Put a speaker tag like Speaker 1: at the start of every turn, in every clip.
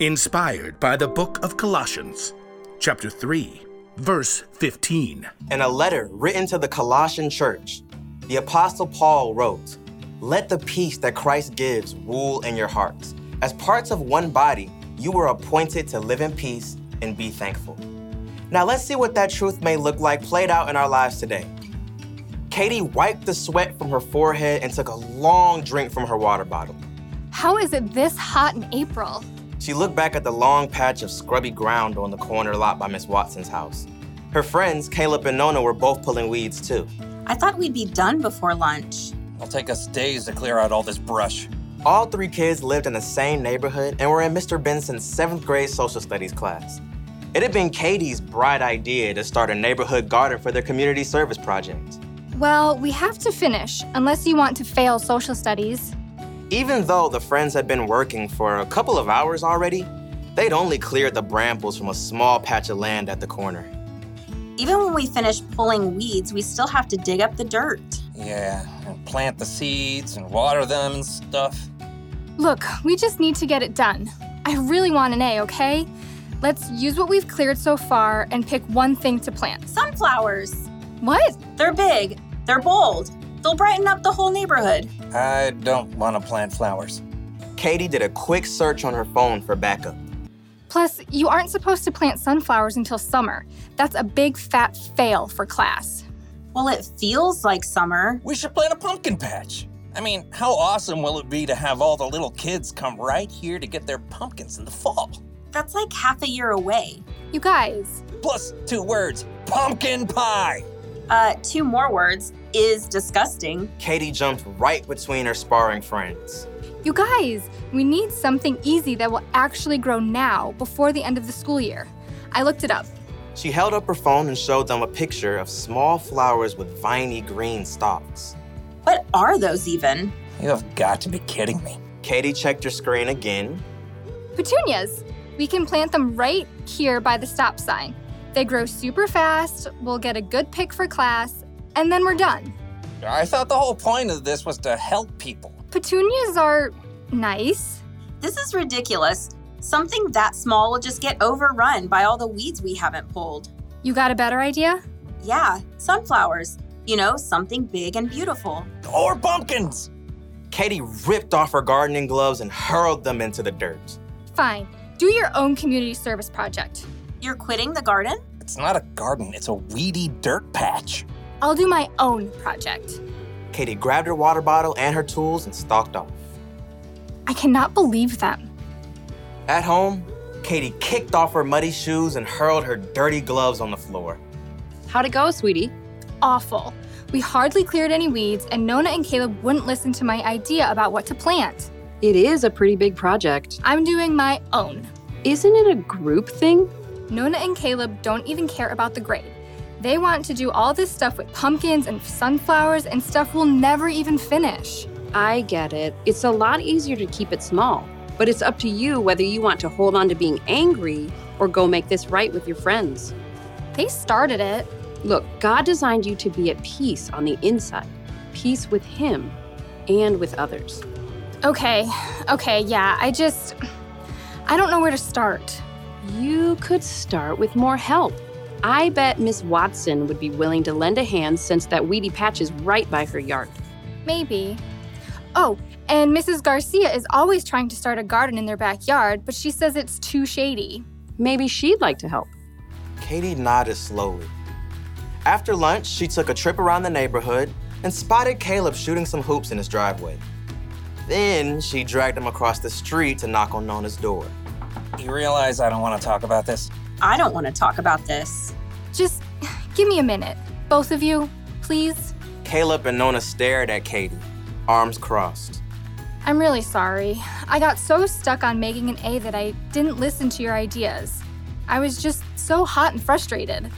Speaker 1: inspired by the book of Colossians, chapter 3, verse 15.
Speaker 2: In a letter written to the Colossian church, the Apostle Paul wrote, Let the peace that Christ gives rule in your hearts. As parts of one body, you were appointed to live in peace and be thankful. Now let's see what that truth may look like played out in our lives today. Katie wiped the sweat from her forehead and took a long drink from her water bottle.
Speaker 3: How is it this hot in April?
Speaker 2: She looked back at the long patch of scrubby ground on the corner lot by Miss Watson's house. Her friends, Caleb and Nona, were both pulling weeds too.
Speaker 4: I thought we'd be done before lunch.
Speaker 5: It'll take us days to clear out all this brush.
Speaker 2: All three kids lived in the same neighborhood and were in Mr. Benson's seventh grade social studies class. It had been Katie's bright idea to start a neighborhood garden for their community service project.
Speaker 3: Well, we have to finish, unless you want to fail social studies.
Speaker 2: Even though the friends had been working for a couple of hours already, they'd only cleared the brambles from a small patch of land at the corner.
Speaker 4: Even when we finish pulling weeds, we still have to dig up the dirt.
Speaker 5: Yeah, and plant the seeds and water them and stuff.
Speaker 3: Look, we just need to get it done. I really want an A, okay? Let's use what we've cleared so far and pick one thing to plant.
Speaker 4: Sunflowers.
Speaker 3: What?
Speaker 4: They're big, they're bold, they'll brighten up the whole neighborhood.
Speaker 5: I don't want to plant flowers.
Speaker 2: Katie did a quick search on her phone for backup.
Speaker 3: Plus, you aren't supposed to plant sunflowers until summer. That's a big fat fail for class.
Speaker 4: Well, it feels like summer.
Speaker 5: We should plant a pumpkin patch. I mean, how awesome will it be to have all the little kids come right here to get their pumpkins in the fall?
Speaker 4: That's like half a year away.
Speaker 3: You guys,
Speaker 5: Plus, two words pumpkin pie!
Speaker 4: Uh, two more words is disgusting.
Speaker 2: Katie jumped right between her sparring friends.
Speaker 3: you guys, we need something easy that will actually grow now before the end of the school year. I looked it up.
Speaker 2: She held up her phone and showed them a picture of small flowers with viney green stalks.
Speaker 4: What are those even?
Speaker 5: You have got to be kidding me.
Speaker 2: Katie checked her screen again.
Speaker 3: Petunias! We can plant them right here by the stop sign. They grow super fast, we'll get a good pick for class, and then we're done.
Speaker 5: I thought the whole point of this was to help people.
Speaker 3: Petunias are nice.
Speaker 4: This is ridiculous. Something that small will just get overrun by all the weeds we haven't pulled.
Speaker 3: You got a better idea?
Speaker 4: Yeah, sunflowers. You know, something big and beautiful.
Speaker 5: Or pumpkins!
Speaker 2: Katie ripped off her gardening gloves and hurled them into the dirt.
Speaker 3: Fine, do your own community service project.
Speaker 4: You're quitting the garden?
Speaker 5: It's not a garden, it's a weedy dirt patch.
Speaker 3: I'll do my own project.
Speaker 2: Katie grabbed her water bottle and her tools and stalked off.
Speaker 3: I cannot believe them.
Speaker 2: At home, Katie kicked off her muddy shoes and hurled her dirty gloves on the floor.
Speaker 6: How'd it go, sweetie?
Speaker 3: Awful. We hardly cleared any weeds, and Nona and Caleb wouldn't listen to my idea about what to plant.
Speaker 6: It is a pretty big project.
Speaker 3: I'm doing my own.
Speaker 6: Isn't it a group thing?
Speaker 3: Nona and Caleb don't even care about the grade. They want to do all this stuff with pumpkins and sunflowers and stuff we'll never even finish.
Speaker 6: I get it. It's a lot easier to keep it small, but it's up to you whether you want to hold on to being angry or go make this right with your friends.
Speaker 3: They started it.
Speaker 6: Look, God designed you to be at peace on the inside, peace with Him and with others.
Speaker 3: Okay, okay, yeah, I just. I don't know where to start.
Speaker 6: You could start with more help. I bet Miss Watson would be willing to lend a hand since that weedy patch is right by her yard.
Speaker 3: Maybe. Oh, and Mrs. Garcia is always trying to start a garden in their backyard, but she says it's too shady.
Speaker 6: Maybe she'd like to help.
Speaker 2: Katie nodded slowly. After lunch, she took a trip around the neighborhood and spotted Caleb shooting some hoops in his driveway. Then she dragged him across the street to knock on Nona's door.
Speaker 5: You realize I don't want to talk about this?
Speaker 4: I don't want to talk about this.
Speaker 3: Just give me a minute, both of you, please.
Speaker 2: Caleb and Nona stared at Katie, arms crossed.
Speaker 3: I'm really sorry. I got so stuck on making an A that I didn't listen to your ideas. I was just so hot and frustrated.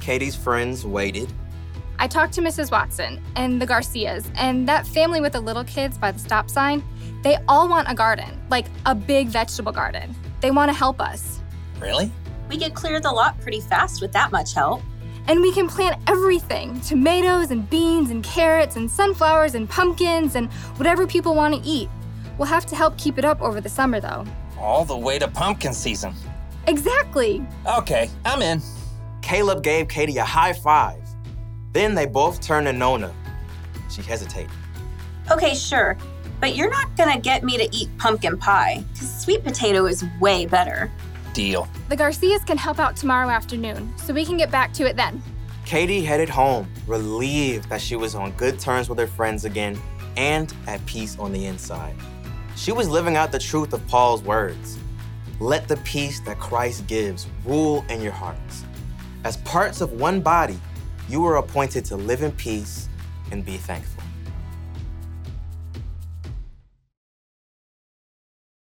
Speaker 2: Katie's friends waited.
Speaker 3: I talked to Mrs. Watson and the Garcias and that family with the little kids by the stop sign. They all want a garden, like a big vegetable garden. They want to help us.
Speaker 5: Really?
Speaker 4: We could clear the lot pretty fast with that much help.
Speaker 3: And we can plant everything tomatoes and beans and carrots and sunflowers and pumpkins and whatever people want to eat. We'll have to help keep it up over the summer, though.
Speaker 5: All the way to pumpkin season.
Speaker 3: Exactly.
Speaker 5: Okay, I'm in.
Speaker 2: Caleb gave Katie a high five. Then they both turned to Nona. She hesitated.
Speaker 4: Okay, sure, but you're not gonna get me to eat pumpkin pie, because sweet potato is way better.
Speaker 5: Deal.
Speaker 3: The Garcias can help out tomorrow afternoon, so we can get back to it then.
Speaker 2: Katie headed home, relieved that she was on good terms with her friends again and at peace on the inside. She was living out the truth of Paul's words Let the peace that Christ gives rule in your hearts. As parts of one body, you are appointed to live in peace and be thankful.